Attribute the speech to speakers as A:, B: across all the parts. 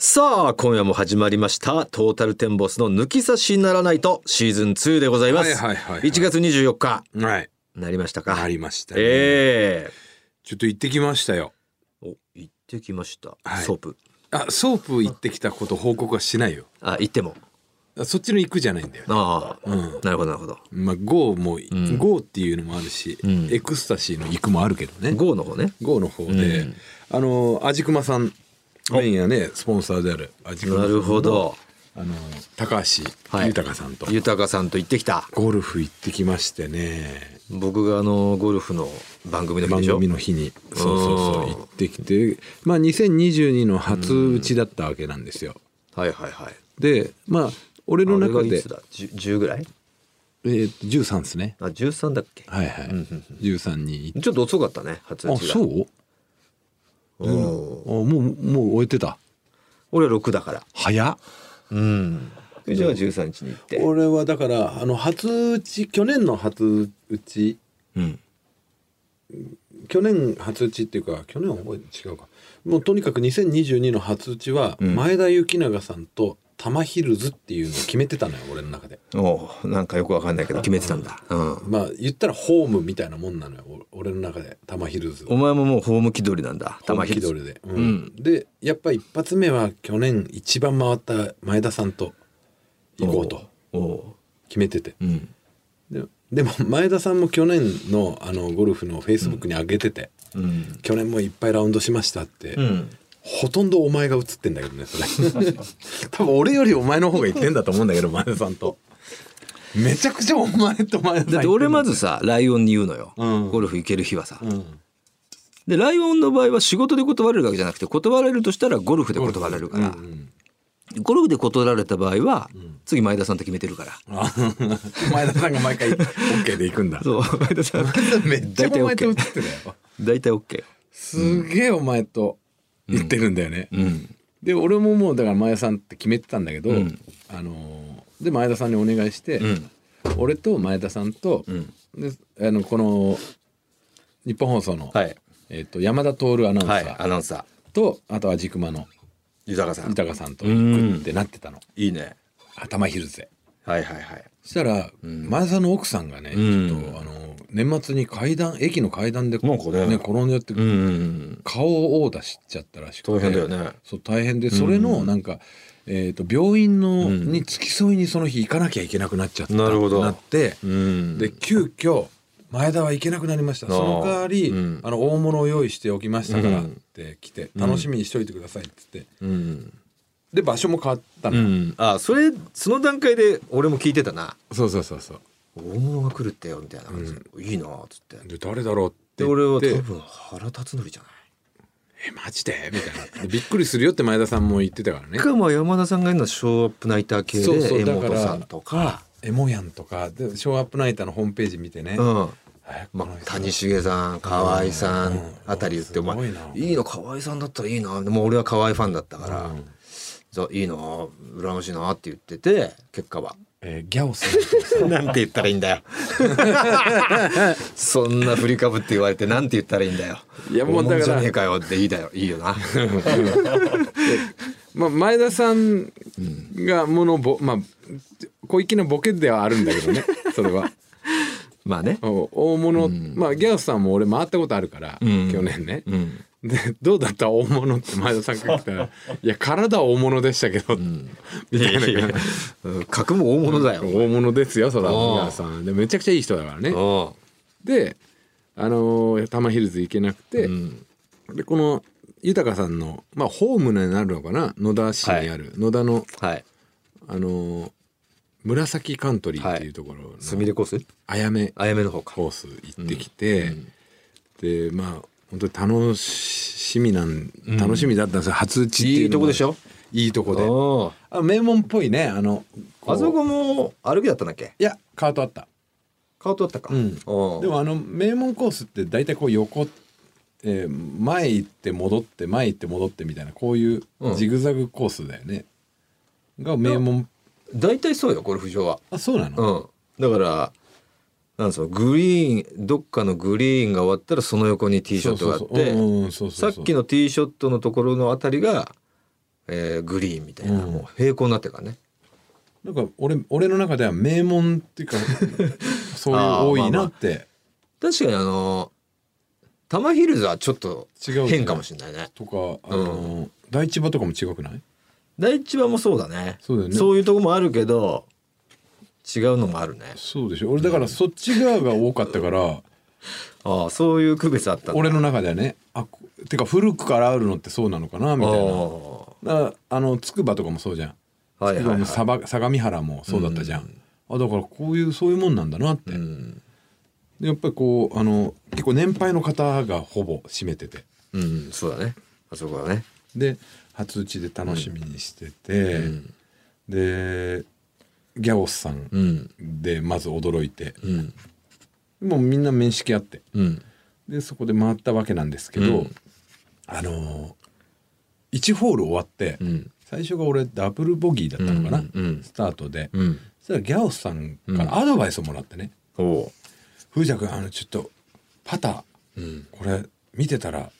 A: さあ、今夜も始まりました。トータルテンボスの抜き差しならないとシーズン2でございます。
B: はいはいはいはい
A: 1月24日、
B: はい。
A: なりましたか。
B: ありましたね。
A: え
B: ちょっと行ってきましたよ。
A: えお、行ってきました。
B: はい
A: ソープ。
B: あ、ソープ行ってきたこと報告はしないよ。
A: あ、行っても。
B: あそっちの行くじゃないんだよ、ね。
A: ああ、
B: うん
A: なるほど、なるほど。
B: まあ、ゴーも、
A: ん
B: ゴーっていうのもあるし、
A: うん
B: エクスタシーの行くもあるけどね。
A: GO の方ね。
B: ゴーの方で、
A: うん
B: あの、あじくまさん、メインやね、スポンサーである、あじくま
A: な
B: さんの
A: るほ。ど。
B: あの、高橋
A: はい
B: 豊さんと、
A: 豊さんと行ってきた。
B: ゴルフ行ってきましてね。
A: 僕があの、ゴルフの番組の日
B: 番
A: でしょ
B: 組の日にそうそうそう
A: うん
B: 行ってきてまあ2022の初打ちだったわけなんですよ、
A: はいはいはい。
B: でまあ俺の
A: あ
B: 中
A: れがい
B: で
A: つ、だ 10, 10ぐらい
B: えーと13ですね
A: あ、13だっけ
B: はいはい、13に行っ
A: ちょっと遅かったね、初打
B: あ
A: ちが。
B: そう
A: うん
B: あもうもう終えてた
A: 俺は6だから。
B: 早っ
A: うん。じゃあ13日に行って。
B: 俺はだからあの初打ち去年の初打ち
A: うん。
B: 去年初打ちっていうか去年は覚えて違うかもうとにかく2022の初打ちは
A: ん
B: 前田幸永さんと玉ヒルズっていうのを決めてたのよ俺の中で
A: おうなんかよくわかんないけど決めてたんだ。うん。
B: まあ言ったらホームみたいなもんなのよお俺の中で玉ヒルズ
A: お前ももうホーム気取りなんだ。玉
B: 玉ヒ
A: ひ
B: ル
A: り。
B: ズで、うんでやっぱ一発目は去年一番回った前田さんと行こうと
A: おお
B: 決めてて
A: う。うん。
B: ででも前田さんも去年のあのゴルフのフェイスブックに上げてて、
A: うん。
B: 去年もいっぱいラウンドしましたって、
A: うん。
B: ほとんどお前が映ってんだけどねそれ 多分俺よりお前の方が言ってんだと思うんだけど前田さんとめちゃくちゃお前と前田さん行ってんの
A: だって俺まずさ、ライオンに言うのよ。
B: うん
A: ゴルフ行ける日はさ。
B: うん
A: で、ライオンの場合は仕事で断れるわけじゃなくて、断れるとしたらゴルフで断られるから。
B: うんうん
A: ゴルフで断られた場合は、次前田さんと決めてるから。
B: あ前田さんが毎回 OK で行くんだ。
A: そう、前田さん。
B: めっちゃお前と映
A: 大体 OK。
B: ってたよ。
A: 大体 OK。
B: すげえお前と言ってるんだよね。
A: うん。
B: で俺ももうだから前田さんって決めてたんだけど、
A: うん
B: あのーで前田さんにお願いして、
A: うん。
B: 俺と前田さんと、
A: ん
B: であのこの日本放送の、
A: はい。
B: えっと山田徹アナウンサ
A: はい。
B: ー
A: アナウンサー。
B: と、あとはじくまの
A: 豊さん。
B: 豊さんと行くってなってたの
A: いいね。
B: 頭ヒルズで。
A: はいはいはい。
B: そしたら、前田さんの奥さんがね、
A: ん
B: ちょっとあの年末に階段駅の階段で
A: なんかね
B: 転んじゃって、
A: うんうんうん。
B: 顔を殴打しちゃったらしくて
A: 大変だよね。
B: そう大変でそれのなんか、えー、と病院の、に付き添いにその日行かなきゃいけなくなっちゃった
A: なるほど
B: ってなって、
A: うん
B: で急遽前田は行けなくなりました
A: あー
B: その代わり、
A: うん
B: あの大物を用意しておきましたから」
A: う
B: っ
A: ん
B: て来て、楽しみにしといてください」って言って
A: うん。
B: で場所も変わった
A: う
B: の、
A: ん。あ、それ、その段階で俺も聞いてたな。
B: そうそうそうそう
A: 大物が来るってよ、みたいな感じ。いいなっつって。
B: で誰だろうっ
A: で、
B: て言って
A: 俺は多分原辰徳じゃない。
B: えマジでみたいなでびっくりするよって前田さんも言ってたからね
A: しかも山田さんが言うのはショーアップナイター系
B: そう
A: で、
B: そう
A: 江
B: だから
A: 本さんとか、
B: エモヤンとかでショーアップナイターのホームページ見てね、
A: うん。
B: え
A: まあ
B: この、人
A: 谷繁さん河合さ
B: うん
A: んあたり言って「お前
B: すごいない
A: いの河合さんだったらいいな」でも俺は河合ファンだったから
B: う
A: 「じゃあいいな羨ましいな」って言ってて結果は。
B: えーギャオさんとさ
A: なんて言ったらいいんだよ。そんな振りかぶって言われてなんて言ったらいいんだよ。
B: いやもうだ
A: お
B: から
A: もんじゃねえかよっていいだよいいよな。
B: まあ、前田さんがものぼ、まあ小粋なボケではあるんだ けどねそれは
A: ま あね。
B: お大物、まあギャオさんも俺回ったことあるから、
A: ん
B: 去年ね、
A: うん。
B: でどうだった大物って前田さんが来た ら「いや体は大物でしたけど」みたいな感じ
A: うん格も大物だよ。
B: 大物ですよそらギ
A: おう
B: ャオさんでめちゃくちゃいい人だからね
A: お
B: であのー、多摩ヒルズ行けなくて、
A: ううん。
B: でこの豊さんの、まあ、ホームになるのかな野田市にある、野田の、
A: はい。
B: あのー紫カントリーっていうところの、
A: すみれコース？
B: あやめ
A: あやめの方か。
B: コース行ってきて、でまあ本当に楽しみなん楽しみだったんですよ、初打ちっていうの
A: いいとこでし
B: ょ
A: ょ。
B: いいとこで
A: おう
B: あ名門っぽいねあの
A: あそこ
B: う
A: も歩きだったんだっけ
B: いやカートあった
A: カートだったか。
B: うん
A: おう
B: でもあの名門コースって大体こう横、えー前行って戻って前行って戻ってみたいなこういう
A: うん
B: ジグザグコースだよね、が名門
A: 大体そうよゴルフ場は。
B: あそうなの、
A: うん。だから、なんそのグリーン、どっかのグリーンが終わったらその横にティーショットがあって、
B: そうそうそううんうんそうそうそう
A: さっきのティーショットのところのあたりが、えーグリーンみたいな、
B: うん
A: もう平行になってるからね
B: なんか俺俺の中では名門っていう かそういう多いなって
A: 確かにあのタマヒルズはちょっと
B: 違う
A: 変かもしれないね
B: とかあの第一場とかも違くない
A: 第一話もそうだね
B: そうだよね
A: そういうとこもあるけど違うのもあるね
B: そうでしょ俺だからそっち側が多かったから
A: ああそういう区別あったんだ
B: 俺の中ではねあこてか古くからあるのってそうなのかなみたいなだからあのつくばとかもそうじゃん
A: ああはい
B: つく
A: は
B: ば
A: い、
B: も
A: は
B: さば相模原もそうだったじゃん、あだからこういうそういうもんなんだなって、
A: いうん
B: でやっぱりこうあの結構年配の方がほぼ占めてて
A: うん、そうだねあそこはね
B: で初打ちで楽しみにしてて、
A: うん
B: でギャオスさん
A: うん
B: でまず驚いて、
A: うん
B: もうみんな面識あって
A: うん
B: でそこで回ったわけなんですけど、
A: うん
B: あのー、1ホール終わって、
A: うん
B: 最初が俺ダブルボギーだったのかな、
A: うんうん
B: スタートで、
A: うん
B: そしたらギャオスさんからアドバイスをもらってね
A: おお
B: 「風ちゃん君あのちょっとパター
A: う、うん、
B: これ見てたら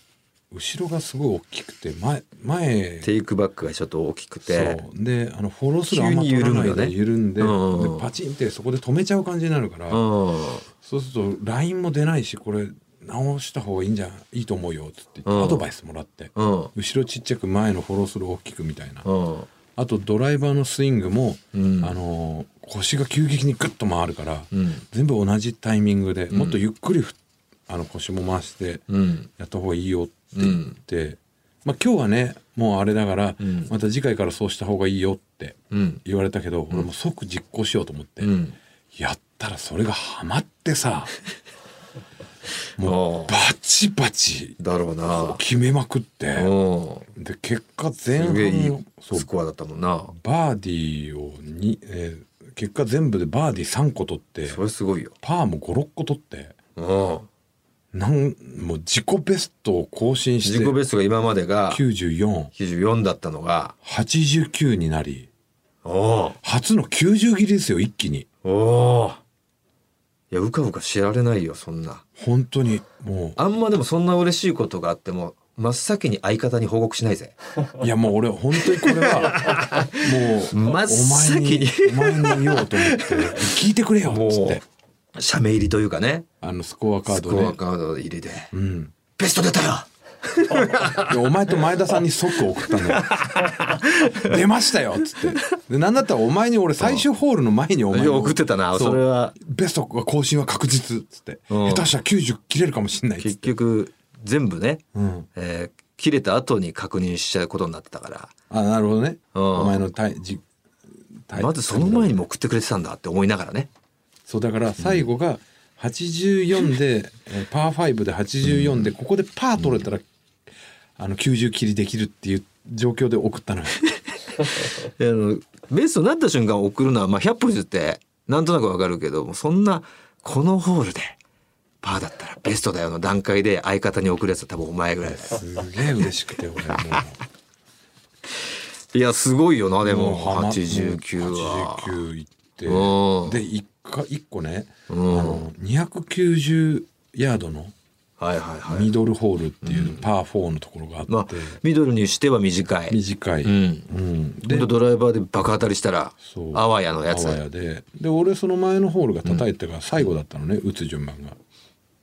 B: 後ろがすごい大きくて前前
A: テイクバックがちょっと大きくて
B: そうであのフォロースルーあんま取らないで緩んで,、
A: 急に緩むよねうん
B: でパチンってそこで止めちゃう感じになるから、
A: うん
B: そうするとラインも出ないしこれ直した方がいいんじゃんいいと思うよっつって言っ
A: うん
B: てアドバイスもらって、
A: うん
B: 後ろちっちゃく前のフォロースルー大きくみたいな、
A: うん
B: あとドライバーのスイングも、
A: うん
B: あのー腰が急激にグッと回るから、
A: うん
B: 全部同じタイミングで、
A: ん
B: もっとゆっくりふあの腰も回して
A: うん
B: やった方がいいよって言って、まあ、今日はねもうあれだから、
A: ん
B: また次回からそうした方がいいよって
A: うん
B: 言われたけど、俺も即実行しようと思って、
A: うん
B: やったらそれがハマっ てさ
A: も
B: バチバチ
A: だろうな
B: 決めまくって
A: うん
B: で結果前
A: すげえい
B: 半
A: い
B: をそう
A: スコアだったもんな
B: バーディーをに、えー結果全部でバーディー3個取って
A: それすごいよ
B: パーも56個取って
A: うん
B: なんもう自己ベストを更新して
A: 自己ベストが今までが94だったのが
B: 9489になり
A: お
B: 初の90切りですよ一気に
A: おおーいやうかうか知られないよそんな
B: 本当にも
A: あんまでもそんな嬉しいことがあっても真っ先に相方に報告しないぜ
B: ういやもう俺本当にこれはもう
A: 真っ先に
B: お前にお前に言おうと思って聞いてくれよっつって
A: 社名入りというかね
B: あのスコアカー
A: ス
B: ド
A: コア
B: で、
A: カード入りで
B: うん、
A: ベスト出たよ
B: いやお前と前田さんに即送ったのよ出ましたよっ つってでなんだったらお前に俺最終ホールの前にお前
A: い
B: に
A: や送ってたなそれは
B: ベストが更新は確実っつって、
A: うん
B: 下手したら90切れるかもしんないっつっ
A: 結
B: て、
A: 局全部ね、
B: うん、
A: えー切れた後に確認しちゃうことになってたか
B: あなるほどね、
A: うん
B: お前の体じ
A: ら
B: 体
A: まずその前にも送ってくれてたんだって思いながらね
B: そうだから最後が84で、えーパー5で84でここでパー取れたら、あの90切りできるっていう状況で送ったのよ
A: いやあのベストになった瞬間送るのは、まあ、100歩譲ってなんとなくわかるけどもそんなこのホールでパーだったらベストだよの段階で相方に送るやつは多分お前ぐらいだよ
B: すげえ嬉しくて 俺も
A: いやすごいよなで
B: う
A: も
B: ハマ
A: 89は
B: 89いって
A: うん
B: で一か一個ね、
A: ん
B: あの290ヤードの
A: はいはいはい
B: ミドルホールっていうパー4のところがあって、
A: まあミドルにしては短い
B: 短い、
A: うん
B: うん
A: ほんとドライバーで爆当たりしたら
B: そう
A: あわやのやつ
B: あわ
A: はい
B: やでで俺その前のホールが叩いてから最後だったのね、打つ順番が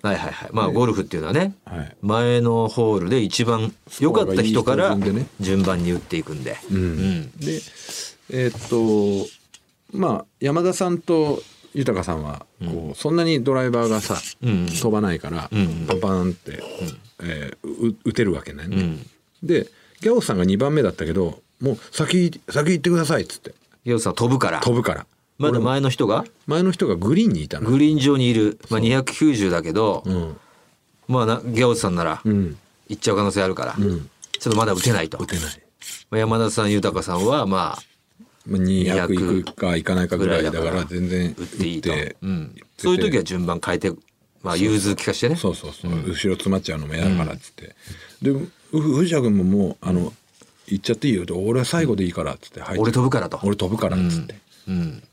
A: はいはいまあゴルフっていうのはね
B: はい
A: 前のホールで一番良かった人から
B: スコアがいい人順でね
A: 順番に打っていくんで
B: う
A: うんん
B: でえーっとまあ山田さんと豊さんはこう、そんなにドライバーがさ、
A: うん
B: 飛ばないから、
A: ん
B: パンパンって、えーう打てるわけない、
A: うん
B: でギャオさんが2番目だったけどもう先先行ってくださいっつって
A: ヨウさん飛ぶから
B: 飛ぶから
A: まだ前の人が
B: 前の人がグリーンにいたの、
A: グリーン上にいる、まあ、290だけど、
B: うん
A: まあなギャオズさんなら
B: うん、
A: 行っちゃう可能性あるから、
B: ん
A: ちょっとまだ打てないと
B: 打てない
A: まあ山田さん豊さんはまあ
B: まあ200いくかいかないかぐらいだから全然
A: 打っていいと、うん
B: 打って、
A: そういう時は順番変えて、まあ、融通利かしてね
B: そうそうそう、後ろ詰まっちゃうのも嫌だからっつって、でふ藤田君ももうあの行っちゃっていいよって俺は最後でいいからっつって入って
A: 俺飛ぶからと
B: 俺飛ぶからっつって、
A: うん、
B: で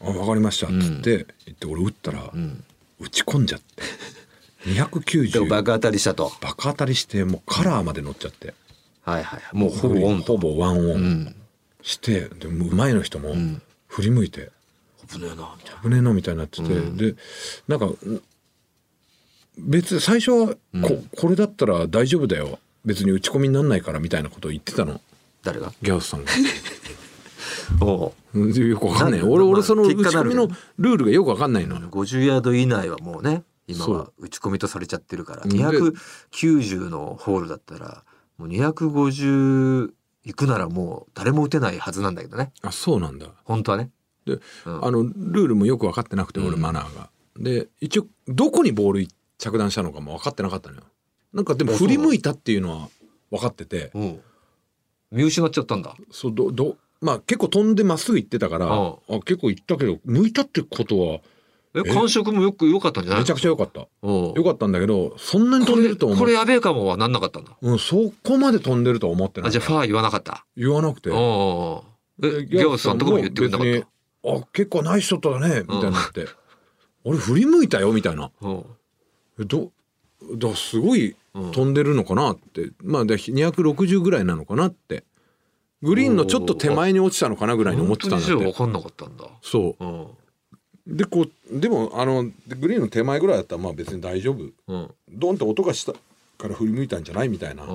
B: あ分かりましたっつって、言って俺打ったら、打ち込んじゃって
A: でも
B: 290
A: 爆当たりしたと
B: バカ当たりしてもうカラーまで乗っちゃって
A: はいはいもうほぼオンと
B: ほぼワンオ
A: う
B: ン
A: ん
B: して、でもう前の人も
A: ん
B: 振り向いて
A: 危ねえなみたいな
B: 「危ねえな」みたいになってて、
A: うん
B: でなんかう別に最初はこ、これだったら大丈夫だよ別に打ち込みになんないから」みたいなことを言ってたの
A: 誰が
B: ギャオスさんが。
A: お
B: うん よくわかんない
A: なん
B: 俺
A: まあ
B: 俺その打ち
A: 結果な
B: 込
A: る
B: み
A: け
B: の
A: ど
B: ルールがよくわかんないのよ
A: 50ヤード以内はもうね今
B: そ
A: は
B: う
A: 打ち込みとされちゃってるから
B: で
A: 290のホールだったらもう250いくならもう誰も打てないはずなんだけどね
B: あそうなんだ
A: 本当はね
B: で、
A: うん
B: あのルールもよく分かってなくて俺
A: うん
B: マナーが、で一応どこにボール着弾したのかも分かってなかったのよなんかでも
A: あそう
B: 振り向いたっていうのは分かってて
A: うん見失っちゃったんだ
B: そうどどまあ結構飛んでまっすぐ行ってたから、
A: うん
B: あ結構行ったけど向いたってことは
A: え
B: え
A: 感触もよく良かったんじゃない
B: めちゃくちゃ良かった
A: うん
B: 良かったんだけどそんなに飛んでるとは思
A: こ
B: う
A: れやべえかもはなんなかったんだ
B: うん、そこまで飛んでるとは思ってな
A: あ
B: い
A: じゃあファー言わなかった
B: 言わなくて
A: うんうんうんえ
B: で
A: ギャオスさんとかも言ってくれなかっ
B: 別にあ結構ナイスショットだねみたいになって、俺振り向いたよみたいな
A: たうん
B: えどだすごい
A: うん
B: 飛んでるのかなって、まあで260ぐらいなのかなってグリーンのちょっと手前に落ちたのかなぐらいに思ってたんだっ
A: 本当にじゃあ分
B: て
A: かんなかったんだ
B: そう
A: うん
B: でこうでもあのグリーンの手前ぐらいだったらまあ別に大丈夫
A: うん
B: ドンって音がしたから振り向いたんじゃないみたいな
A: うん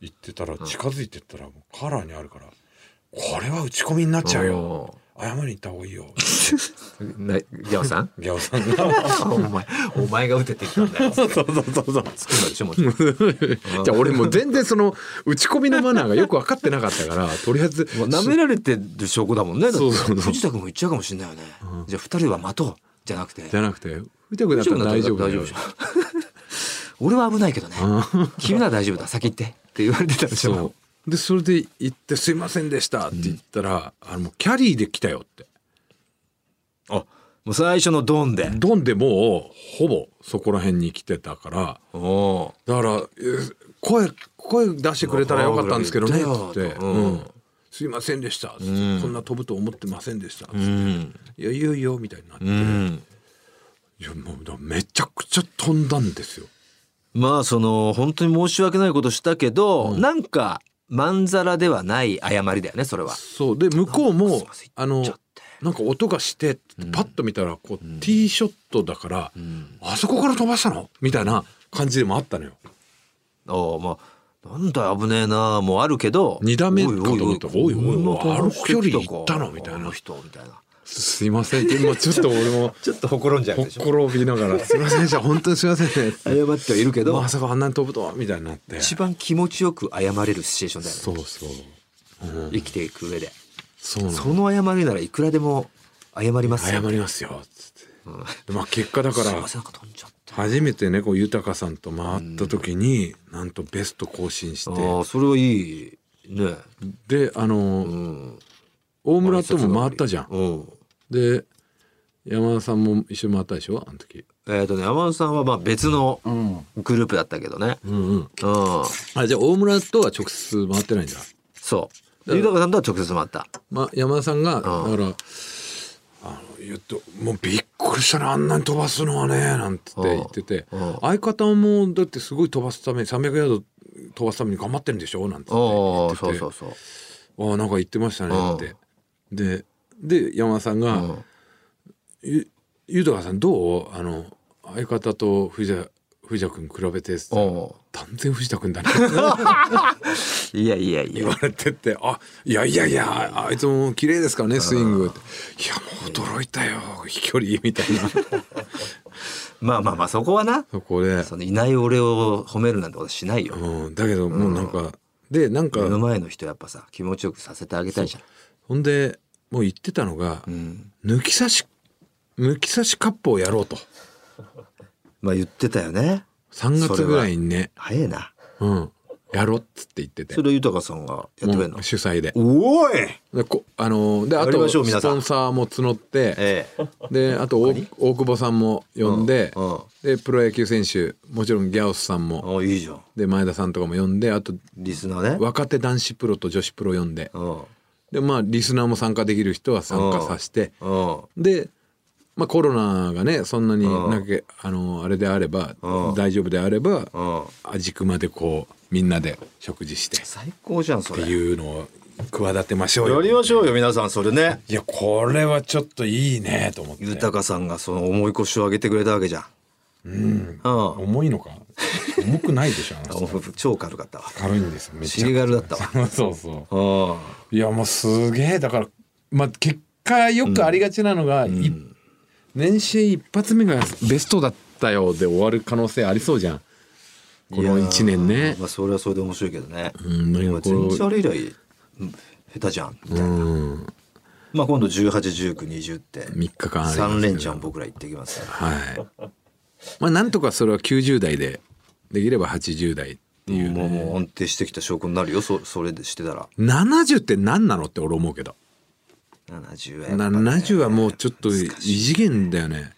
B: 言ってたら近づいてったらもうカラーにあるからこれは打ち込みになっちゃうよ謝りに行った方がいいよ
A: うんなギャオさん
B: ギャオさんが。
A: お前お前が打てって言ったん だよ
B: そうそうそうそう
A: 作るでしょもちろん
B: じゃあ俺もう全然その打ち込みのマナーがよく分かってなかったからとりあえず
A: もう舐められてる証拠だもんねだって
B: そうそうそう
A: 藤田君も言っちゃうかもしれないよねじゃあ二人は待とうじゃなくて
B: じゃなくて藤田君だったら大丈夫だよ
A: でしょ 俺は危ないけどね君なら大丈夫だ先行ってって言われてたでし
B: そ
A: ょ
B: うでそれで行って「すいませんでした」って言ったら「あのもうキャリーで来たよ」って
A: あもう最初のドンで
B: ドンでもうほぼそこら辺に来てたから
A: おお
B: だからえー声声出してくれたらよかったんですけどね
A: まあ
B: って言って、
A: うん
B: うんすいませんでした」
A: ん
B: そんな飛ぶと思ってませんでした」
A: う
B: い
A: ん
B: やいいよいいよ」みたいになって、
A: うん
B: いやもうだからめちゃくちゃ飛んだんですよ。
A: まあその本当に申し訳ないことしたけど、
B: うん
A: なんかまんざらではない謝りだよねそれは。
B: そうで向こう
A: あすい
B: も
A: ませんちょ
B: あの
A: っと
B: なんか音がしてって
A: うん
B: パッと見たらこう、ティーショットだから、
A: うん、
B: あそこから飛ばしたのみたいな感じでもあったのよ。
A: ああまあなんだよ危ねえなもあるけど
B: 二段目かと思ったら
A: おい
B: おいおいおい
A: こんな飛ばしてき
B: 歩く距離行ったのみたいな
A: あの人みたいな
B: すすいませ んでもちょっと俺も
A: ちょっとほころんじゃう
B: ほっ
A: でしょ
B: ころびながら「 すいませんでした本当にすいません ね」
A: 謝ってはいるけど、
B: まさかあんなに飛ぶとはみたいになって
A: 一番気持ちよく謝れるシチュエーションだよね
B: そうそう、うん
A: 生きていく上で、
B: そうなの
A: その謝りならいくらでも謝ります
B: 謝
A: よ
B: りますよつって、
A: うん
B: でまあ結果だか
A: すい
B: ら
A: ませんなんか飛んじゃって
B: 初めてねこう豊さんと回った時に、なんとベスト更新して
A: ああそれはいいね
B: であの、
A: うん
B: 大村とも回ったじゃん。
A: うん
B: で山田さんも一緒に回ったでしょあの時。
A: えー、とね山田さんはまあ別の
B: うん
A: グループだったけどね
B: うん
A: う
B: うん。
A: ん
B: あじゃあ大村とは直接回ってないんだ。
A: そう豊さんとは直接もあった
B: まあ山田さんがだから
A: う
B: あの言ってもうびっくりしたねあんなに飛ばすのはねなんつって言ってて
A: うん
B: 相方もだってすごい飛ばすために300ヤード飛ばすために頑張ってるんでしょなんつって言
A: お
B: っ
A: お
B: てて
A: そうそうそう
B: ああなんか言ってましたねって
A: う。
B: でで山田さん
A: う
B: が、
A: ん
B: ゆゆうたかさんどうあの相方と藤田藤田君比べて
A: おお
B: 断然藤田君だな
A: ーいやいやい
B: 言
A: や
B: われてって「あいやいやいやあいつも綺麗ですからねスイング」って「いやもう驚いたよ飛距離」みたいな
A: まあまあまあそこはな
B: そこで、
A: そのいない俺を褒めるなんてことしないよ
B: うん、だけどもうなんか、でなん
A: 目の
B: か
A: 前の人やっぱさ気持ちよくさせてあげたいじゃん
B: ほんでもう言ってたのが、
A: うん
B: 抜き差し抜き差しカップをやろうと
A: まあ言ってたよね
B: 3
A: それ
B: 月
A: は
B: ぐらいにね、
A: 早えな
B: うん、やろうっつって言ってて
A: それ豊さんがやってくれん
B: も
A: の
B: う主催で
A: おーい
B: でこあのーであ
A: やり
B: と
A: ましょう
B: ス
A: 皆さん
B: ポンサーも募って
A: ええ
B: であと大大久保さんも呼んで、
A: うんうん
B: でプロ野球選手もちろんギャオスさんも
A: おいいじゃん
B: で前田さんとかも呼んであと
A: リスナーね
B: 若手男子プロと女子プロ呼んで
A: うん
B: でまあリスナーも参加できる人は参加させて
A: うん
B: でまあコロナがねそんなに
A: うん
B: なんかあのあれであれば
A: うん
B: 大丈夫であれば
A: うん
B: 味熊でこうみんなで食事してっ
A: 最高じゃんそ
B: て
A: れ
B: いうのを企てましょう
A: や
B: よ。
A: りましょうよ皆さんそれね
B: いやこれはちょっといいねと思って。
A: 豊さんがその重い腰を上げてくれたわけじゃん
B: うん。
A: うん
B: 重いのか。重くないでしょ。あ の人
A: 超軽かったわ
B: 軽いんですよ。めっちゃ
A: 尻軽だったわ
B: わ。 そうそう。
A: うん
B: いやもうすげえだからまあ結果よくありがちなのが、い年始一発目がベストだったよで終わる可能性ありそうじゃんこの1年
A: いや
B: ね
A: ーまあそれはそれで面白いけどね
B: うんなんかこ
A: 全
B: う
A: 然あれ以来うん下手じゃん
B: うん
A: まあ今度181920って
B: 3日間ありますけど
A: 3連チャン僕ら行ってきますね
B: はいまあなんとかそれは90代でできれば80代っていう
A: もう
B: ね
A: もう安定してきた証拠になるよそそれでしてたら
B: 70って何なのって俺思うけど
A: 70円
B: 70はもうちょっと異次元だよね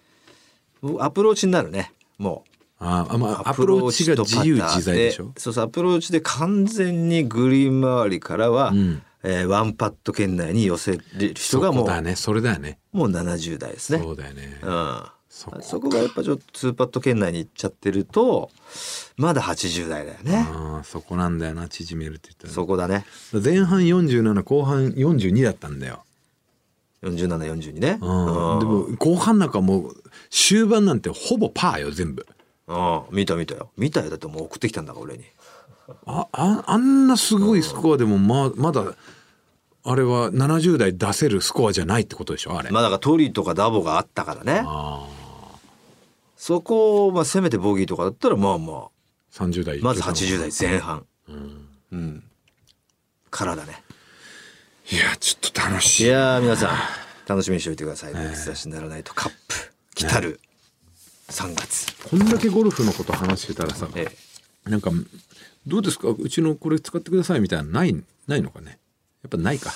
A: アプローチになるねもう
B: ああまあアプローチが自由自在でしょ
A: そうそうアプローチで完全にグリーン周りからは、
B: ん
A: えーワンパット圏内に寄せる人がも
B: そうこだねそれだよね
A: もう70代ですね
B: そうだよね
A: うん、
B: そ
A: そ
B: こ
A: こがやっぱちょっと2パット圏内に行っちゃってるとまだ80代だよね、
B: あーそこなんだよな縮めるって言ったら
A: そこだね
B: 前半47後半42だったんだよ、
A: 4742ね、
B: うん、でも後半なんかもう終盤なんてほぼパーよ全部
A: うん見た見たよ見たよだってもう送ってきたんだから俺に
B: あああんなすごいスコアでもままだあれは70代出せるスコアじゃないってことでしょあれ、
A: まあだからトリとかダボがあったからね
B: あ
A: そこをまあせめてボギーとかだったらまあま
B: ー30代
A: あまず80代前半
B: うん
A: うんからだね
B: いやちょっと楽し
A: い
B: い
A: やー皆さん楽しみにしておいてください「差しならないとカップ」来たる3月
B: こんだけゴルフのこと話してたらさ
A: ええ
B: なんかどうですかうちのこれ使ってくださいみたいなのないないのかねやっぱないか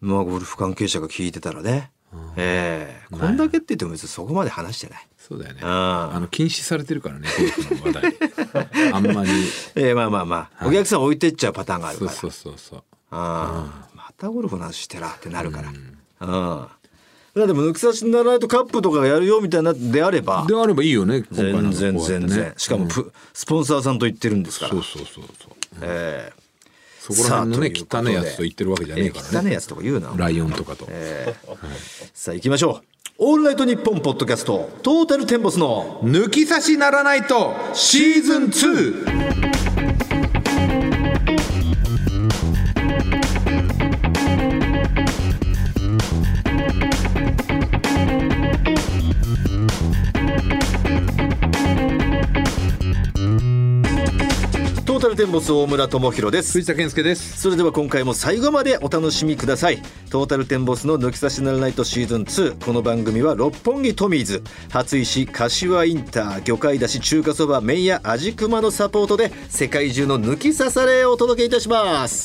A: まあゴルフ関係者が聞いてたらね
B: うん
A: ええこんだけって言っても別にそこまで話してない
B: そうだよね。
A: あ
B: あの禁止されてるからね、ゴルフの話 題。あんまり。
A: ええまあまあまあお客さん置いてっちゃうパターンがある
B: そ
A: か
B: う
A: ら
B: そうそうそう。
A: ああまたゴルフの話してらってなるからああでも抜き差しならないとカップとかがやるよみたいなであれば
B: であればいいよね、今回の
A: 全
B: こうやっ
A: 然
B: て
A: 全
B: ね
A: 然しかもプスポンサーさんと言ってるんですから
B: そうそうそうそう。
A: ええ
B: そこら辺のね、
A: さあ
B: 汚いやつと言ってるわけじゃねえから
A: ええ汚
B: ね。
A: いやつとか言うな。
B: ライオンとかと。
A: ええさあ行きましょう。オールナイトニッポンポッドキャストトータルテンボスの
B: 抜き差しならないとシーズン 2!
A: トータルテンボス大村智弘です。
B: 藤田健介です。
A: それでは今回も最後までお楽しみくださいトータルテンボスの抜き差しならないとシーズン2この番組は六本木トミーズ初石柏インター魚介だし中華そば麺屋味熊のサポートで世界中の抜き差されをお届けいたします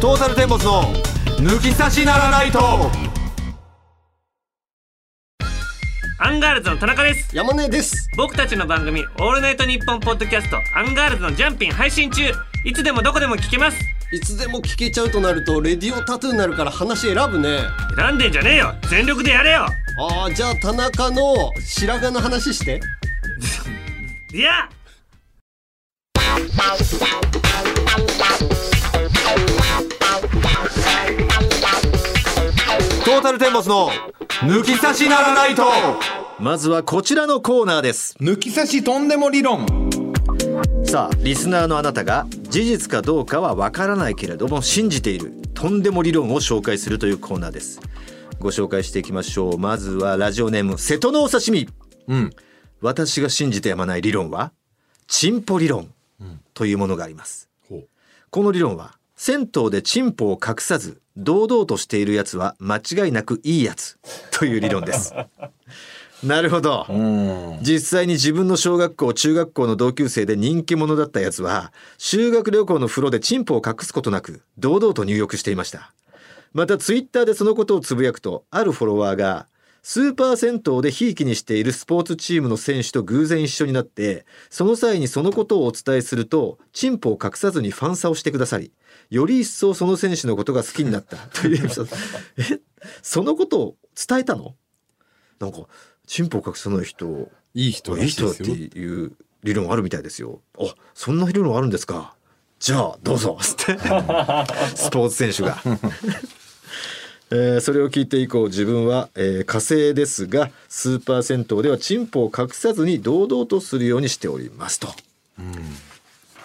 A: トータルテンボスの
B: 抜き差しならないと
C: アンガールズの田中です
A: 山根です
C: 僕たちの番組「オールナイトニッポン」ポッドキャスト「アンガールズのジャンピン」配信中いつでもどこでも聞けます
D: いつでも聞けちゃうとなるとレディオタトゥーになるから話選ぶね
C: 選んでんじゃねえよ全力でやれよ
D: ああじゃあ田中の白髪の話して
C: いや
A: トータルテンボスの抜き差しならないとまずはこちらのコーナーです
B: 抜き差しとんでも理論
A: さあリスナーのあなたが事実かどうかはわからないけれども信じているとんでも理論を紹介するというコーナーですご紹介していきましょうまずはラジオネーム瀬戸のお刺身
B: うん。
A: 私が信じてやまない理論はチンポ理論というものがあります
B: ほ
A: この理論は銭湯でチンポを隠さず堂々としているやつは間違いなくいいやつという理論です なるほど
B: う。うん。
A: 実際に自分の小学校中学校の同級生で人気者だったやつは修学旅行の風呂でチンポを隠すことなく堂々と入浴していましたまたツイッターでそのことをつぶやくとあるフォロワーが「スーパー銭湯でひいきにしているスポーツチームの選手と偶然一緒になってその際にそのことをお伝えするとチンポを隠さずにファンサをしてくださりより一層その選手のことが好きになったというエピソードえそのことを伝えたのなんかチンポを隠さない人
E: いい人
A: いい
E: らしい
A: 人
E: で
A: だっ
E: す
A: て
E: よ
A: いう理論あるみたいですよ。あそんな理論あるんですかじゃあどうぞつ ってスポーツ選手が。 えーそれを聞いて以降自分は、えー火星ですがスーパー銭湯ではチンポを隠さずに堂々とするようにしておりますと。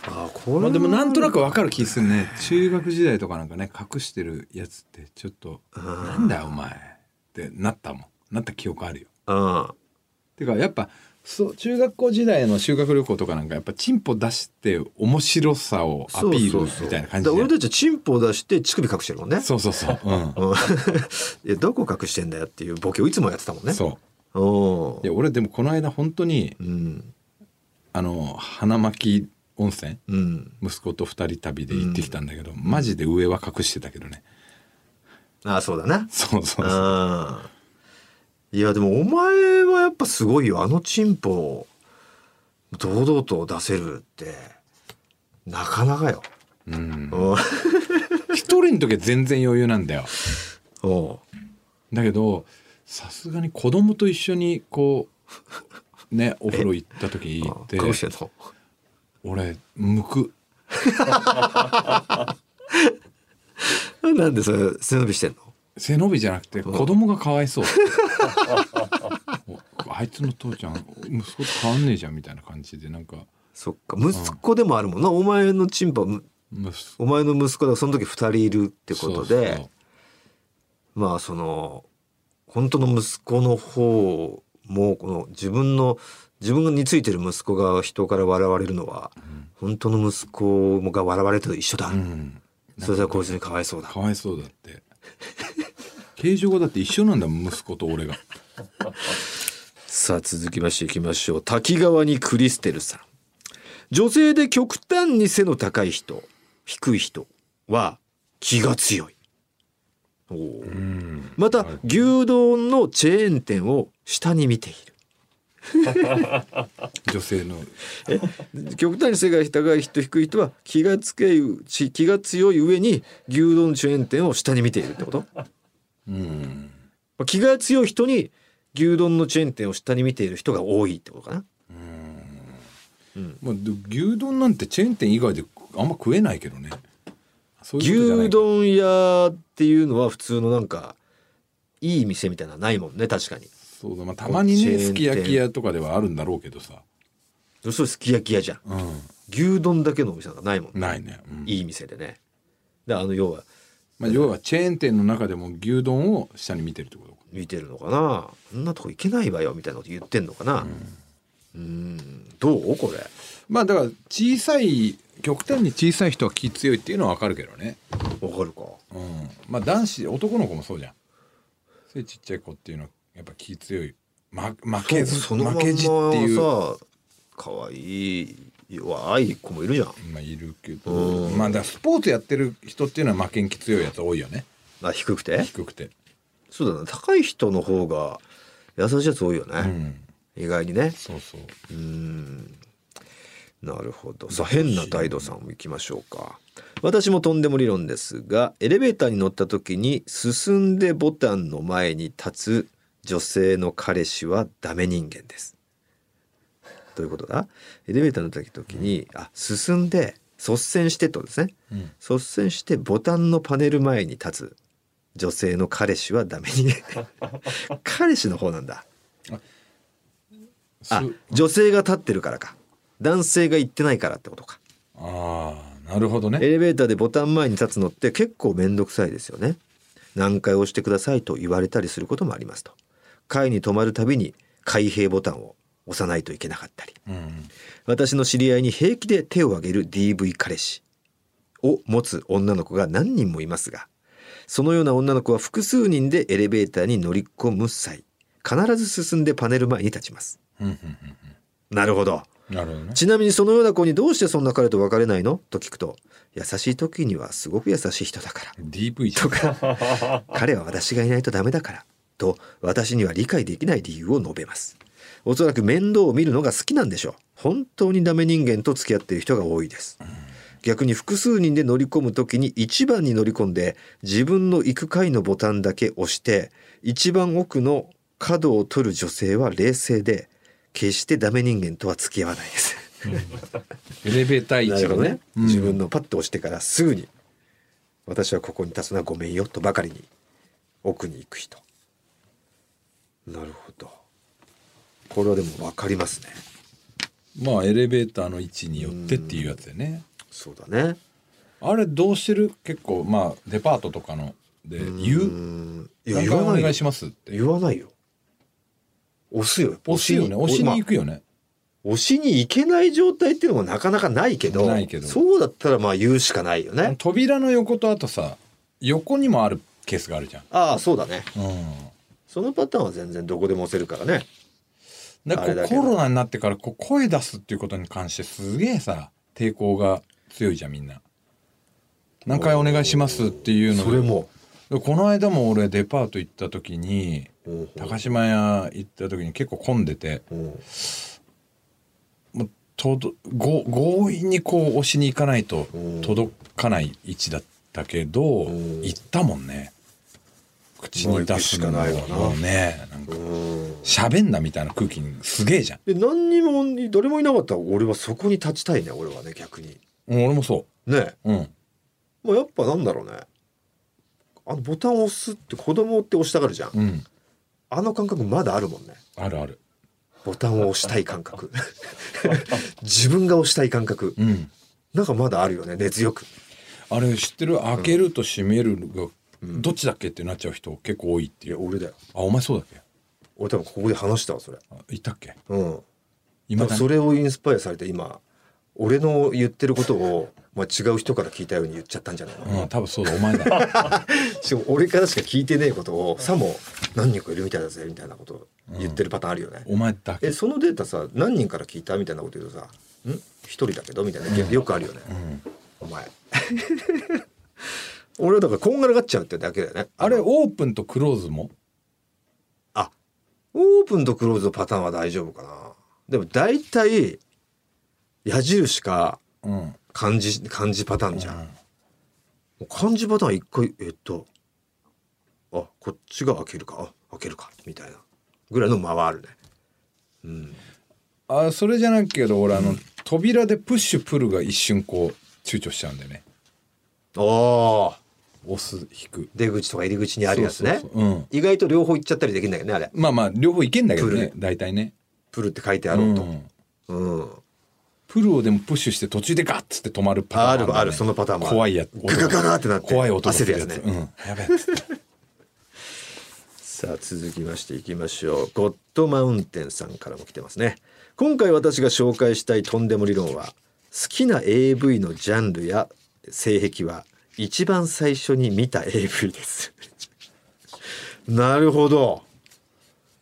A: あーこ
B: ま
A: れ
B: あ、でもなんとな
A: く
B: くわかる気するね中学時代とかなんかね隠してるやつってちょっと「なんだよお前」ってなったもんなった記憶あるよ。
A: あ
B: てかやっぱそう中学校時代の修学旅行とかなんかやっぱチンポ出して面白さをアピールみたいな感じ
A: 俺
B: で
A: たちチンポを出して乳首隠してるもんね。
B: そうそうそう、う
A: うん いやどこ隠してんだよっていうボケをいつもやってたもんね。
B: ん、そう
A: お
B: ういや俺でもこの間本当に
A: うん
B: あの花巻温泉
A: うん
B: 息子と二人旅で行ってきたんだけど、マジで上は隠してたけどね
A: ああそうだな。
B: そうそうそう
A: あいやでもお前はやっぱすごいよあのチンポを堂々と出せるってなかなかよ。
B: うん
A: おう
B: 一人の時は全然余裕なんだよ
A: おう
B: だけどさすがに子供と一緒にこうねお風呂行った時行って
A: 隠してんの
B: 俺むく
A: なんでそれ背伸びしてんの
B: 背伸びじゃなくて子供がかわいそう おあいつの父ちゃん息子と変わんねえじゃんみたいな感じでなんか
A: そっか息子でもあるもんな、お前のチンポはむ
B: 息子
A: お前の息子だからその時2人いるってことで
B: そうそう
A: まあその本当の息子の方もこの自分の自分についてる息子が人から笑われるのは、本当の息子が笑われると一緒だ、
B: うん、
A: それじゃこいつにかわいそうだ
B: かわいそうだって形状がだって一緒なんだもん息子と俺が
A: さあ続きましていきましょう滝川にクリステルさん女性で極端に背の高い人低い人は気が強いおーまた牛丼のチェーン店を下に見ている
B: 女性の
A: 極端に背が高い人低い人は気がつけうち気が強い上に牛丼チェーン店を下に見ているってこと、ま
B: うん
A: あ気が強い人に牛丼のチェーン店を下に見ている人が多いってことかな
B: まあ、で牛丼なんてチェーン店以外であんま食えないけどねそういうことじゃない
A: 牛丼屋っていうのは普通のなんかいい店みたいなのはないもんね確かに
B: そうだ、まあ、たまに
A: チェーン
B: ね
A: 店
B: すき焼き屋とかではあるんだろうけどさ、
A: それすき焼き屋じゃん
B: う
A: 牛丼だけのお店なんかないもん
B: ん、
A: ね
B: ないね、うん
A: いい店でねであの要は
B: まあ、要はチェーン店の中でも牛丼を下に見てるってことか
A: 見てるのかなそんなとこ行けないわよみたいなこと言ってんのかなうーんどうこれ
B: まあだから小さい極端に小さい人は気強いっていうのはわかるけどね、
A: わかるか
B: うん、まあ男子男の子もそうじゃんそういうちっちゃい子っていうのはやっぱ気強い、ま、負けず
A: そのまん
B: 負
A: ま
B: けじっていう
A: さ可愛い弱い子もいるじゃん
B: まあいるけど
A: うん
B: まあだからスポーツやってる人っていうのは負けん気強いやつ多いよね
A: あ低くて
B: 低くて、
A: そうだな高い人の方が優しいやつ多いよ
B: う
A: ね、
B: ん、
A: 意外にね
B: そうそう
A: うーんなるほどさあ変な態度さんも行きましょうか私もとんでも理論ですがエレベーターに乗った時に進んでボタンの前に立つ女性の彼氏はダメ人間ですどういうことだエレベーターに乗った時に、あ進んで率先してってことですね、
B: うん
A: 率先してボタンのパネル前に立つ女性の彼氏はダメ人 間彼氏の方なんだ
B: す
A: あ女性が立ってるからか男性が行ってないからってことか
B: あーなるほど
A: エ
B: ね
A: レベーターでボタン前に立つのって結構面倒くさいですよね何回押してくださいと言われたりすることもありますと階に止まるたびに開閉ボタンを押さないといけなかったり
B: うん
A: 私の知り合いに平気で手を挙げる DV 彼氏を持つ女の子が何人もいますがそのような女の子は複数人でエレベーターに乗り込む際必ず進んでパネル前に立ちます
B: うんうんうん
A: なるほど
B: うんなるほどね
A: ちなみにそのような子にどうしてそんな彼と別れないのと聞くと優しい時にはすごく優しい人だから
B: DV じゃん
A: 彼は私がいないとダメだからと私には理解できない理由を述べますおそらく面倒を見るのが好きなんでしょう本当にダメ人間と付き合っている人が多いです逆に複数人で乗り込む時に一番に乗り込んで自分の行く階のボタンだけ押して一番奥の角を取る女性は冷静で決してダメ人間とは付き合わないです
F: エレベーター位置がね。
A: うん自分のパッと押してからすぐに「私はここに立つのはごめんよ」とばかりに奥に行く人なるほどこれはでも分かりますね
B: まあエレベーターの位置によってっていうやつでね
A: そうだね
B: あれどうしてる結構まあデパートとかので言
A: う
B: うん
A: いや
B: 何
A: 言
B: 回お
A: わな
B: 願
A: い
B: いし
A: よ
B: ますって
A: 言わないよ押すよ
B: 押しよね押しに行
A: く
B: くよね
A: 押しに行けない状態っていうのもなかなかないけど
B: ないけど
A: そうだったらまあ言うしかないよね
B: 扉の横とあとさ横にもあるケースがあるじゃん
A: ああそうだね
B: うん
A: そのパターンは全然どこでも押せるからね
B: だ
A: あれだけ
B: コ
A: ど
B: ロナになってからこう声出すっていうことに関してすげえさ抵抗が強いじゃんみんな。何回お願いしますっていうの
A: それも
B: この間も俺デパート行った時に高島屋行った時に結構混んでて
A: うん
B: とどご強引にこう押しに行かないと
A: うん
B: 届かない位置だったけど
A: ん
B: 行ったもんね口に出すの
A: もう行くしかないわな
B: もねなんか
A: うん
B: 喋んなみたいな空気にすげえじゃん
A: で何にも誰もいなかったら俺はそこに立ちたいね俺はね逆に
B: うん俺もそ
A: ね
B: ううん
A: まあやっぱなんだろうねあのボタンを押すって子供って押したがるじゃん
B: うん
A: あの感覚まだあるもんね
B: あるある
A: ボタンを押したい感覚自分が押したい感覚
B: うん
A: なんかまだあるよね根強く
B: あれ知ってる開けると閉めるがどっちだっけってなっちゃう人結構多いって
A: い
B: い
A: や
B: う
A: 俺だよ
B: あお前そうだっけ
A: 俺多分ここで話したわそれ
B: あ言ったっけ
A: うん
B: 今
A: 多分それをインスパイアされて今俺の言ってることを、まあ、違う人から聞いたように言っちゃったんじゃないの
B: うん、多分そうだ、お 前だ。
A: しかも俺からしか聞いてねえことをさも何人かいるみたいだぜみたいなことを言ってるパターンあるよね、
B: お前だけ
A: え。そのデータさ何人から聞いたみたいなこと言うとさ「ん一人だけど」みたいなよくあるよね、お前 俺はだからこんがらがっちゃうってだけだよね
B: あれ、オープンとクローズも。
A: あオープンとクローズのパターンは大丈夫かなでも大体矢印か
B: うん。
A: 漢字漢字パターンじゃん、もう漢字パターン一回えっとあこっちが開けるかあ開けるかみたいなぐらいの間はあるね
B: あ、それじゃないけど、俺、あの、扉でプッシュプルが一瞬こう、躊躇しちゃうんだよね。
A: ああ
B: 押す、引く。
A: 出口とか入り口にあるやつね
B: そうそうそううん
A: 意外と両方行っちゃったりできるんだけどねあれ
B: まあまあ、両方いけんだけど
A: プ
B: ね
A: ル、
B: 大体ね。
A: プルって書いてあ
B: う
A: ろうと、
B: ん。
A: うん
B: プルをでもプッシュして途中でガッつって止まるパターン
A: あ
B: だよ
A: る
B: ね。
A: あるそのパターンもある
B: 怖いやつ。
A: ガガガガってなって
B: 怖い音がするやつ。
A: 焦る
B: うん。やべえっつって。
A: さあ続きましていきましょうゴッドマウンテンさんからも来てますね今回私が紹介したいとんでも理論は好きな AV のジャンルや性癖は一番最初に見た AV です なるほど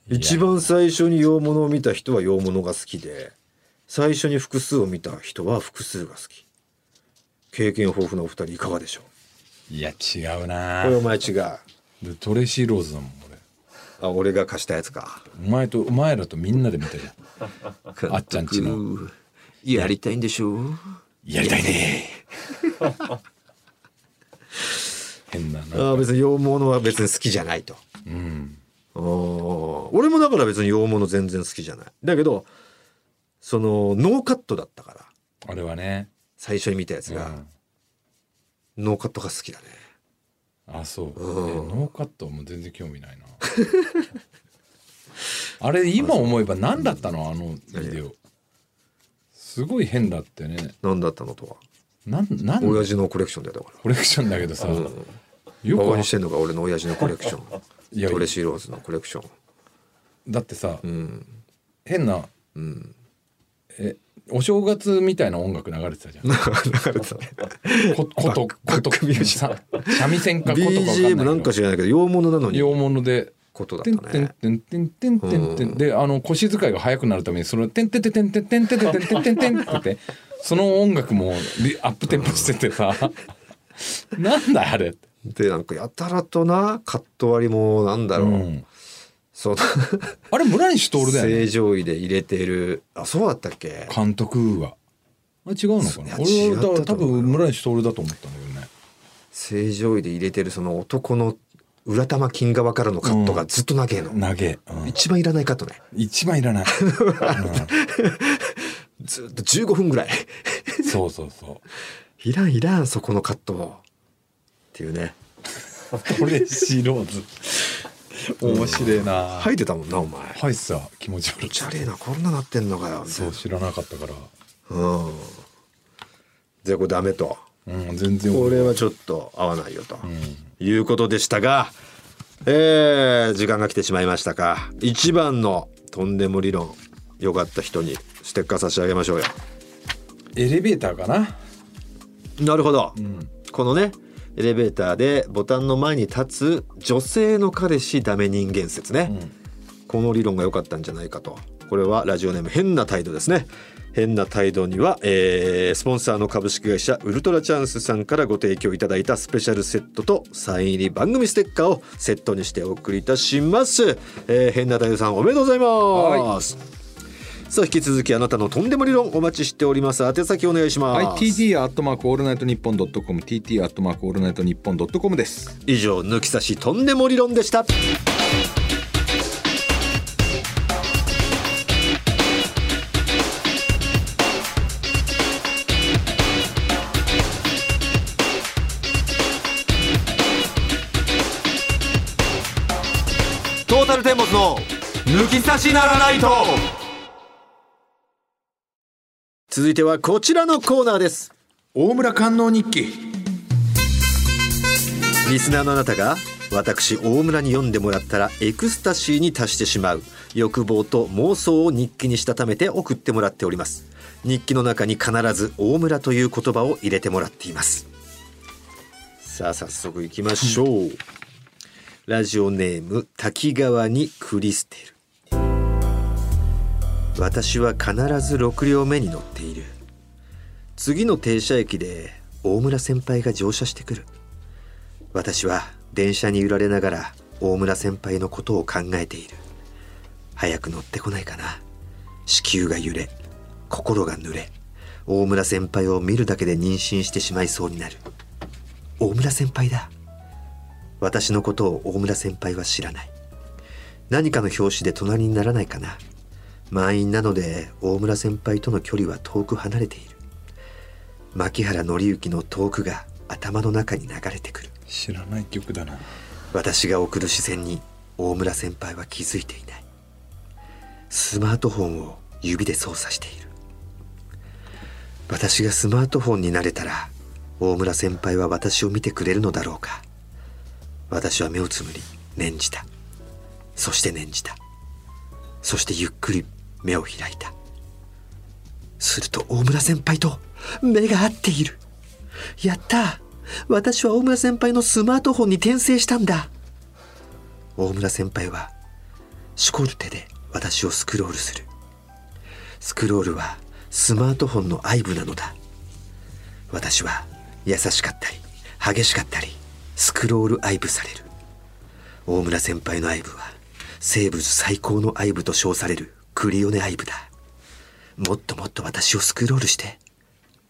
A: 一番最初に洋物を見た人は洋物が好きで最初に複数を見た人は複数が好き経験豊富なお二人いかがでしょう
B: いや、違う
A: これ
B: な
A: お前違うあ
B: でトレイシーローズだもん、俺。
A: 俺が貸したやつか
B: お前と、お前らとみんなで見たじゃん。あっちゃんちの
A: やりたいんでしょう
B: やりたいね 変なな
A: ああ別に洋物は別に好きじゃないと
B: うん
A: あー俺もだから別に洋物全然好きじゃないだけどそのノーカットだったから
B: あれはね、
A: 最初に見たやつ
B: う
A: が、
B: ん、
A: ノーカットが好きだね
B: あそう、
A: うん
B: えノーカットも全然興味ないな あれ今思えば何だったのあのビデオすごい変だってね
A: 何だったのとは
B: なんなん
A: 親父のコレクションだよだから
B: コレクションだけどさ、よく
A: バカ
B: わ
A: にしてんのか俺の親父のコレクション
B: いや
A: トレシーローズのコレクション
B: だってさ、
A: うん
B: 変な、
A: ん
B: えお正月みたいな音楽流れてた じゃん
A: だからさ
B: こことことさ三味線かことかわかんないけ
A: BGM
B: ど
A: なんか知らないけど洋物なのに
B: 洋物で
A: ことだ
B: てん
A: った
B: て
A: ね
B: んてんてんてんてんてんであの腰使いが速くなるためにそのてんてんてんてんてんてんてんてんてんてんてんてんってってその音楽もリアップテンポしててさなんだあれ
A: でなんかやたらとなカット割りもなんだろう、
B: うん
A: その
B: あれ村西徹だよね
A: 正常位で入れてるあそうだったっけ
B: 監督はあ違うのか
A: い
B: な
A: や
B: 俺は
A: 違ったと
B: だ多
A: 思うよ
B: 分村西徹だと思ったんだけどね
A: 正常位で入れてるその男の裏玉金側からのカットがずっと長えの、
B: 投げ、うん
A: 一番いらないカットね
B: 一番いらない、
A: ずっと15分ぐらい
B: うんそうそうそう
A: いらんいらんそこのカットもっていうね
B: トレシローズ面白いな
A: 入ってたもんなお前
B: はいさ気持ち悪い
A: チャレーなこんななってんのかよみたい
B: そう知らなかったから
A: なうんじゃあこれダメと
B: うん全然
A: こ
B: 俺
A: れはちょっと合わないよと、いうことでしたがえー時間が来てしまいましたか一番のとんでも理論よかった人にステッカー差し上げましょうよ
B: エレベーターかな
A: なるほど、このねエレベーターでボタンの前に立つ女性の彼氏ダメ人間説ね、この理論が良かったんじゃないかとこれはラジオネーム変な態度ですね変な態度には、えースポンサーの株式会社ウルトラチャンスさんからご提供いただいたスペシャルセットとサイン入り番組ステッカーをセットにしてお送りいたします、えー変な態度さんおめでとうございます、さあ引き続きあなたのとんでも理論お待ちしております宛先お願いします、
B: はい TT アットマークオールナイトニッポンドットコム TT アットマークオールナイトニッポンドットコムです
A: 以上抜き差しとんでも理論でしたトータルテンボスの抜き差しならないと続いてはこちらのコーナーです
B: 大村官能日記
A: リスナーのあなたが私大村に読んでもらったらエクスタシーに達してしまう欲望と妄想を日記にしたためて送ってもらっております日記の中に必ず大村という言葉を入れてもらっていますさあ早速行きましょう、ラジオネーム滝川にクリステル私は必ず6両目に乗っている次の停車駅で大村先輩が乗車してくる私は電車に揺られながら大村先輩のことを考えている早く乗ってこないかな子宮が揺れ心が濡れ大村先輩を見るだけで妊娠してしまいそうになる大村先輩だ私のことを大村先輩は知らない何かの拍子で隣にならないかな満員なので大村先輩との距離は遠く離れている牧原紀之の遠くが頭の中に流れてくる
B: 知らない曲だな
A: 私が送る視線に大村先輩は気づいていないスマートフォンを指で操作している私がスマートフォンになれたら大村先輩は私を見てくれるのだろうか私は目をつむり念じたそして念じたそしてゆっくり目を開いたすると大村先輩と目が合っているやった私は大村先輩のスマートフォンに転生したんだ大村先輩はしこる手で私をスクロールするスクロールはスマートフォンの愛部なのだ私は優しかったり激しかったりスクロール愛部される大村先輩の愛部は生物最高の愛部と称されるクリオネ愛部だもっともっと私をスクロールして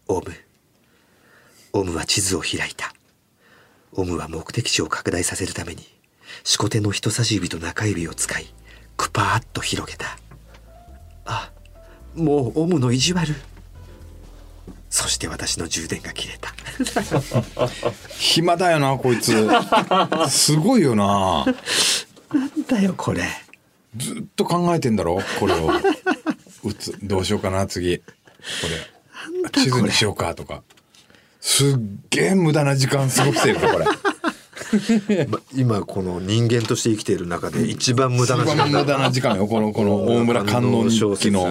A: オムオムは地図を開いた。オムは目的地を拡大させるために、四股手の人差し指と中指を使い、くぱーっと広げた。あ、もうオムの意地悪。そして私の充電が切れた。
B: 暇だよなこいつ すごいよな
A: なんだよ、これ。
B: ずっと考えてんだろこれを打つどうしようかな次これ地図にしようかとかすっげえ無駄な時間過ごしてるぞこれ
A: 今、この人間として生きている中で一番無駄な
B: 一
A: 時
B: 番
A: 間
B: 無
A: だ。
B: 駄な時間よこのこの大村観音日記の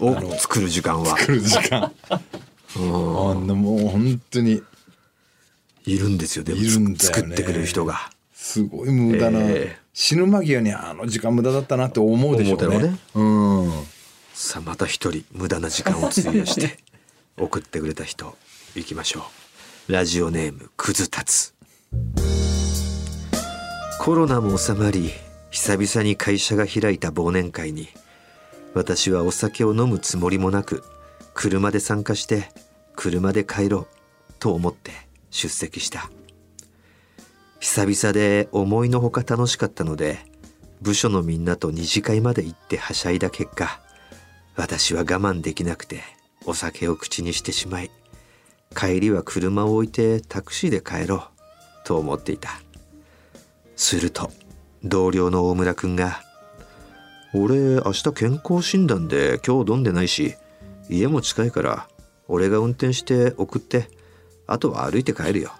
A: を作る時間は
B: 来る時間あんなもう本当に
A: いるんですよ。で
B: いるんだよ
A: も
B: ね
A: 作ってくれる人が。
B: すごい無駄な、
A: ええ
B: 死ぬ間際にあの時間無駄だったなって思うでしょうね
A: 思うだろうね
B: うん
A: さあまた一人無駄な時間を費やして送ってくれた人行きましょうラジオネームくずたつコロナも収まり久々に会社が開いた忘年会に私はお酒を飲むつもりもなく車で参加して車で帰ろうと思って出席した久々で思いのほか楽しかったので部署のみんなと二次会まで行ってはしゃいだ結果私は我慢できなくてお酒を口にしてしまい帰りは車を置いてタクシーで帰ろうと思っていたすると同僚の大村くんが「俺明日健康診断で今日飲んでないし家も近いから俺が運転して送ってあとは歩いて帰るよ」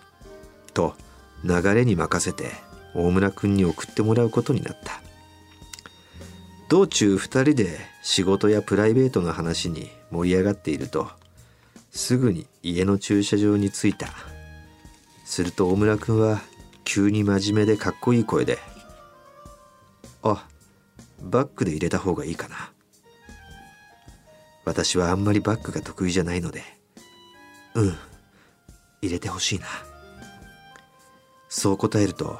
A: と流れに任せて大村くんに送ってもらうことになった道中2人で仕事やプライベートの話に盛り上がっているとすぐに家の駐車場に着いたすると大村くんは急に真面目でかっこいい声で「あバッグで入れた方がいいかな」私はあんまりバッグが得意じゃないので「うん入れてほしいな」そう答えると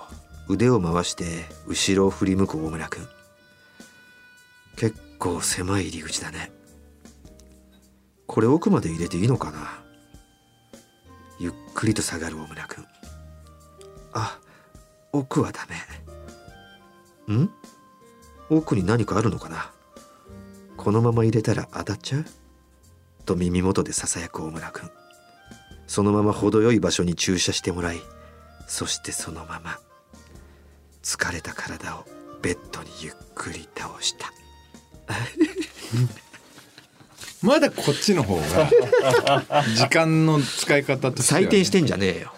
A: 腕を回して後ろを振り向く大村くん結構狭い入り口だねこれ奥まで入れていいのかなゆっくりと下がる大村くんあ奥はダメん奥に何かあるのかなこのまま入れたら当たっちゃうと耳元でささやく大村くんそのまま程よい場所に駐車してもらいそしてそのまま疲れた体をベッドにゆっくり倒した
B: まだこっちの方 が時間の使い方としてはね
A: 採点してんじゃねえよ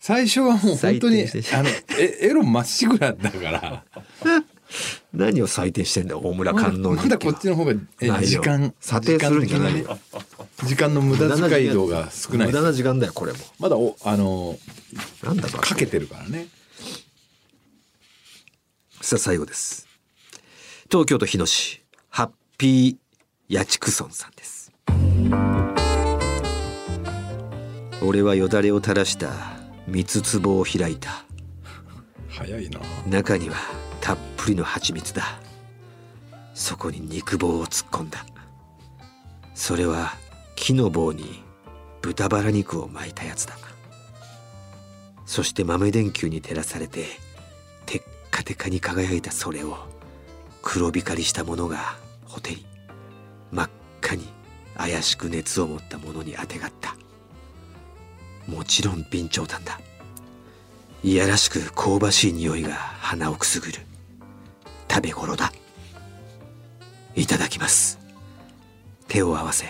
B: 最初はもう本当に
A: 採点して
B: あのえエロまっしぐらだから
A: 何を採点してんだよ大村
B: まだ
A: 観音
B: まだこっちの方がえ
A: ないよ
B: 時間
A: 査定するんじゃない
B: 時
A: よ
B: 間的なね時間の無駄遣い度が少ない
A: 無駄な時間だよこれも
B: まだおあの
A: なんだか
B: かけてるからね
A: さあ最後です東京都日野市ハッピーヤチクソンさんです俺はよだれを垂らした三つ壺を開いた
B: 早いな
A: 中にはたっぷりの蜂蜜だそこに肉棒を突っ込んだそれは木の棒に豚バラ肉を巻いたやつだそして豆電球に照らされてテッカテカに輝いたそれを黒光りしたものがホテリ真っ赤に怪しく熱を持ったものにあてがったもちろん備長炭だいやらしく香ばしい匂いが鼻をくすぐる食べ頃だいただきます手を合わせ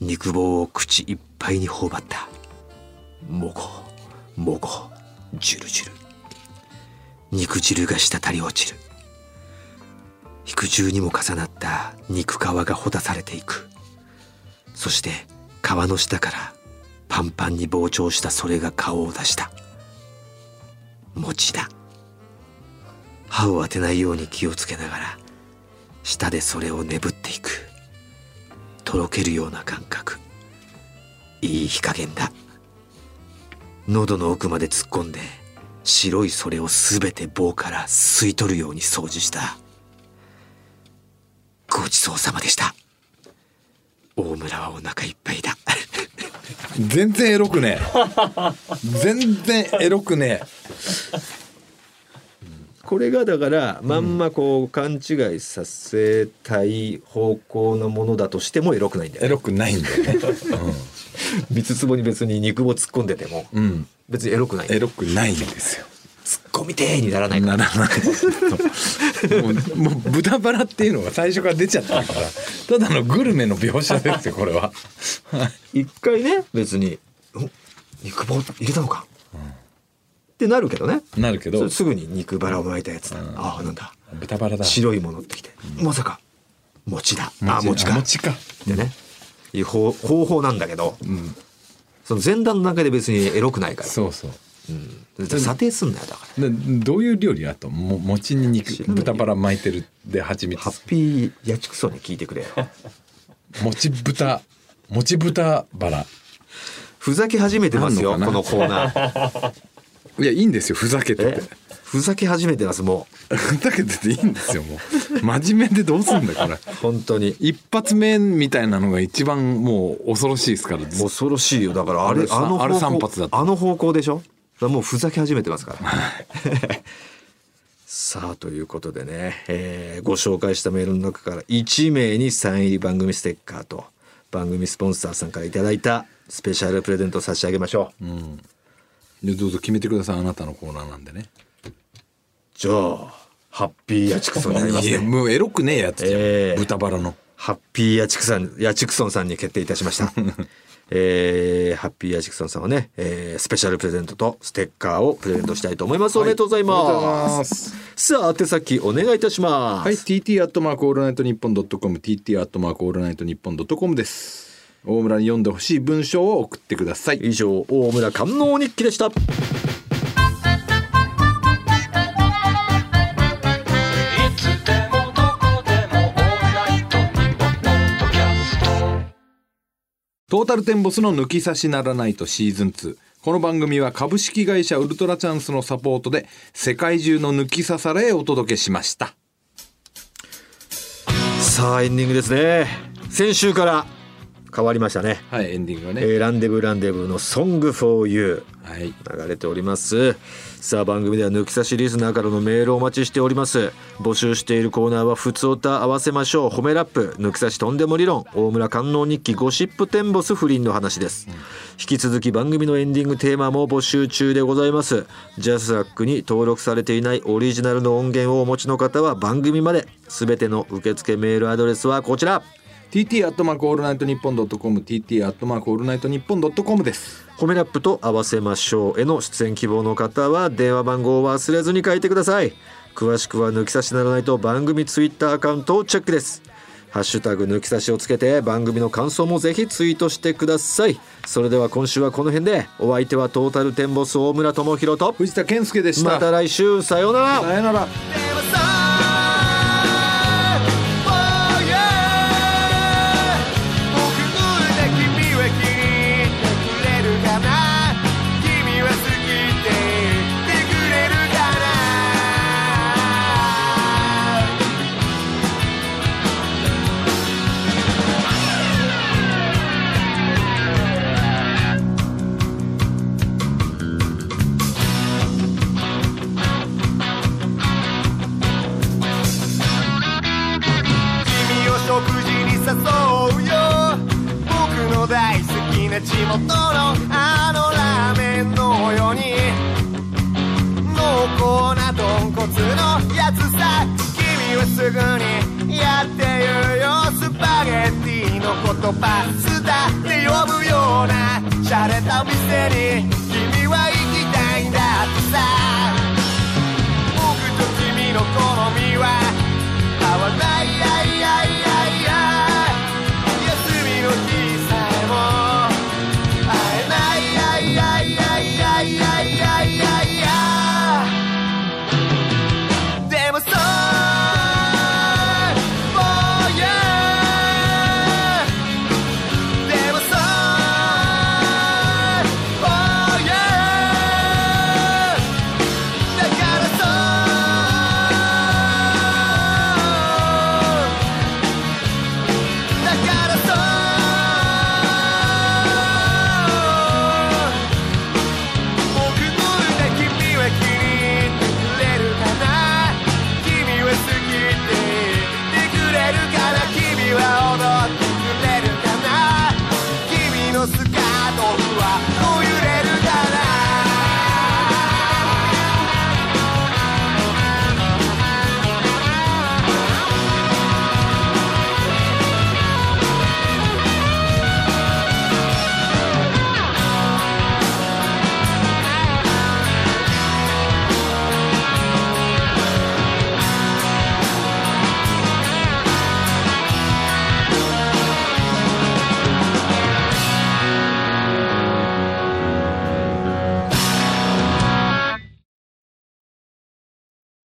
A: 肉棒を口いっぱいに頬張ったもごもごジュルジュル肉汁が滴り落ちる肉汁にも重なった肉皮がほだされていくそして皮の下からパンパンに膨張したそれが顔を出した餅だ歯を当てないように気をつけながら舌でそれをねぶっていくとろけるような感覚いい火加減だ喉の奥まで突っ込んで白いそれを全て棒から吸い取るように掃除したごちそうさまでした大村はお腹いっぱいだ
B: 全然エロくねえ全然エロくね
A: これがだからまんまこう勘違いさせたい方向のものだとしてもエロくないんだ
B: えエロくないんだよね
A: 三つ壺に別に肉を突っ込んでても、
B: うん
A: 別にエロくない
B: エロくないんですよ
A: 突っ込みてーにならないから
B: ならないもうもう豚バラっていうのが最初から出ちゃったからただのグルメの描写ですよこれは
A: 一回ね別に「お肉棒入れたのかってなるけどね
B: なるけど
A: それすぐに肉バラを巻いたやつだ、ああなんだ
B: 豚バラだ
A: 白いものってきて、まさか餅だあ餅か
B: 餅か
A: でねいう方方法なんだけど、
B: ん
A: その前段の中で別にエロくないから
B: そうそう
A: うん査定すんだよだから
B: でどういう料理あとも餅に
A: 知
B: 肉
A: らないよ
B: 豚バラ巻いてるで蜂
A: ハ
B: 蜜
A: ッピーやちくそに聞いてくれよ
B: 餅豚餅豚バラ
A: ふざけ始めてますよ
B: あんの
A: こ
B: かな
A: のコーナー
B: いやいいんですよふざけて
A: え
B: て
A: ふざけ始めてますも
B: ふざけてていいんですよもう真面目でどうすんだこれ
A: う本当に
B: 一発目みたいなのが一番もう恐ろしいですからずっと
A: 恐ろしいよだからあれ
B: あれさ
A: あの
B: あれ
A: 方
B: 散
A: 向
B: 髪だった
A: あの方向でしょだからもうふざけ始めてますからさあということでね、えーご紹介したメールの中から1名にサイン入り番組ステッカーと番組スポンサーさんからいただいたスペシャルプレゼントを差し上げましょう、
B: でどうぞ決めてくださいあなたのコーナーなんでね
A: じゃあハッピーヤチクソンになります
B: いや
A: ね
B: もうエロくねえやつじゃん、
A: ええ
B: 豚バラの
A: ハッピーヤチクさんヤチクソンさんに決定いたしま したえーハッピーヤチクソンさんはね、えースペシャルプレゼントとステッカーをプレゼントしたいと思います、おめでとうございます
B: す
A: さあ宛先お願いいたします、
B: はい TT アットマークオールナイトニッポンドットコム TT アットマークオールナイトニッポンドットコムです大村に読んでほしい文章を送ってください
A: 以上大村観音日記でした
B: トータルテンボスの抜き差しならないとシーズン2。この番組は株式会社ウルトラチャンスのサポートで世界中の抜き差されへお届けしました。
A: さあエンディングですね先週から変わりましたね、
B: はい、エンディングが
A: え
B: ね。
A: ーランデブーランデブーの「ソングフォーユー
B: はい。
A: 流れておりますさあ番組では抜き差しリスナーからのメールをお待ちしております募集しているコーナーは「ふつおた合わせましょう」「褒めラップ」「抜き差しとんでも理論」「大村観音日記」「ゴシップテンボス不倫の話」です、引き続き番組のエンディングテーマも募集中でございますジャスラックに登録されていないオリジナルの音源をお持ちの方は番組まで全ての受付メールアドレスはこちら
B: TT アットマークオールナイトニッポンドットコム、TT アットマークオールナイトニッポンドットコムです。
A: 褒めラップと合わせましょうへの出演希望の方は電話番号を忘れずに書いてください詳しくは抜き差しならないと番組ツイッターアカウントをチェックですハッシュタグ抜き差しをつけて番組の感想もぜひツイートしてくださいそれでは今週はこの辺でお相手はトータルテンボス大村智広と
B: 藤田健介でした。
A: また来週さようなら
B: さよなら。
G: 君を食事に誘うよ僕の大好きな地元のあのラーメンのように濃厚な豚骨のやつさ君はすぐにやってるよスパゲッティのことパスタって呼ぶような洒落た店に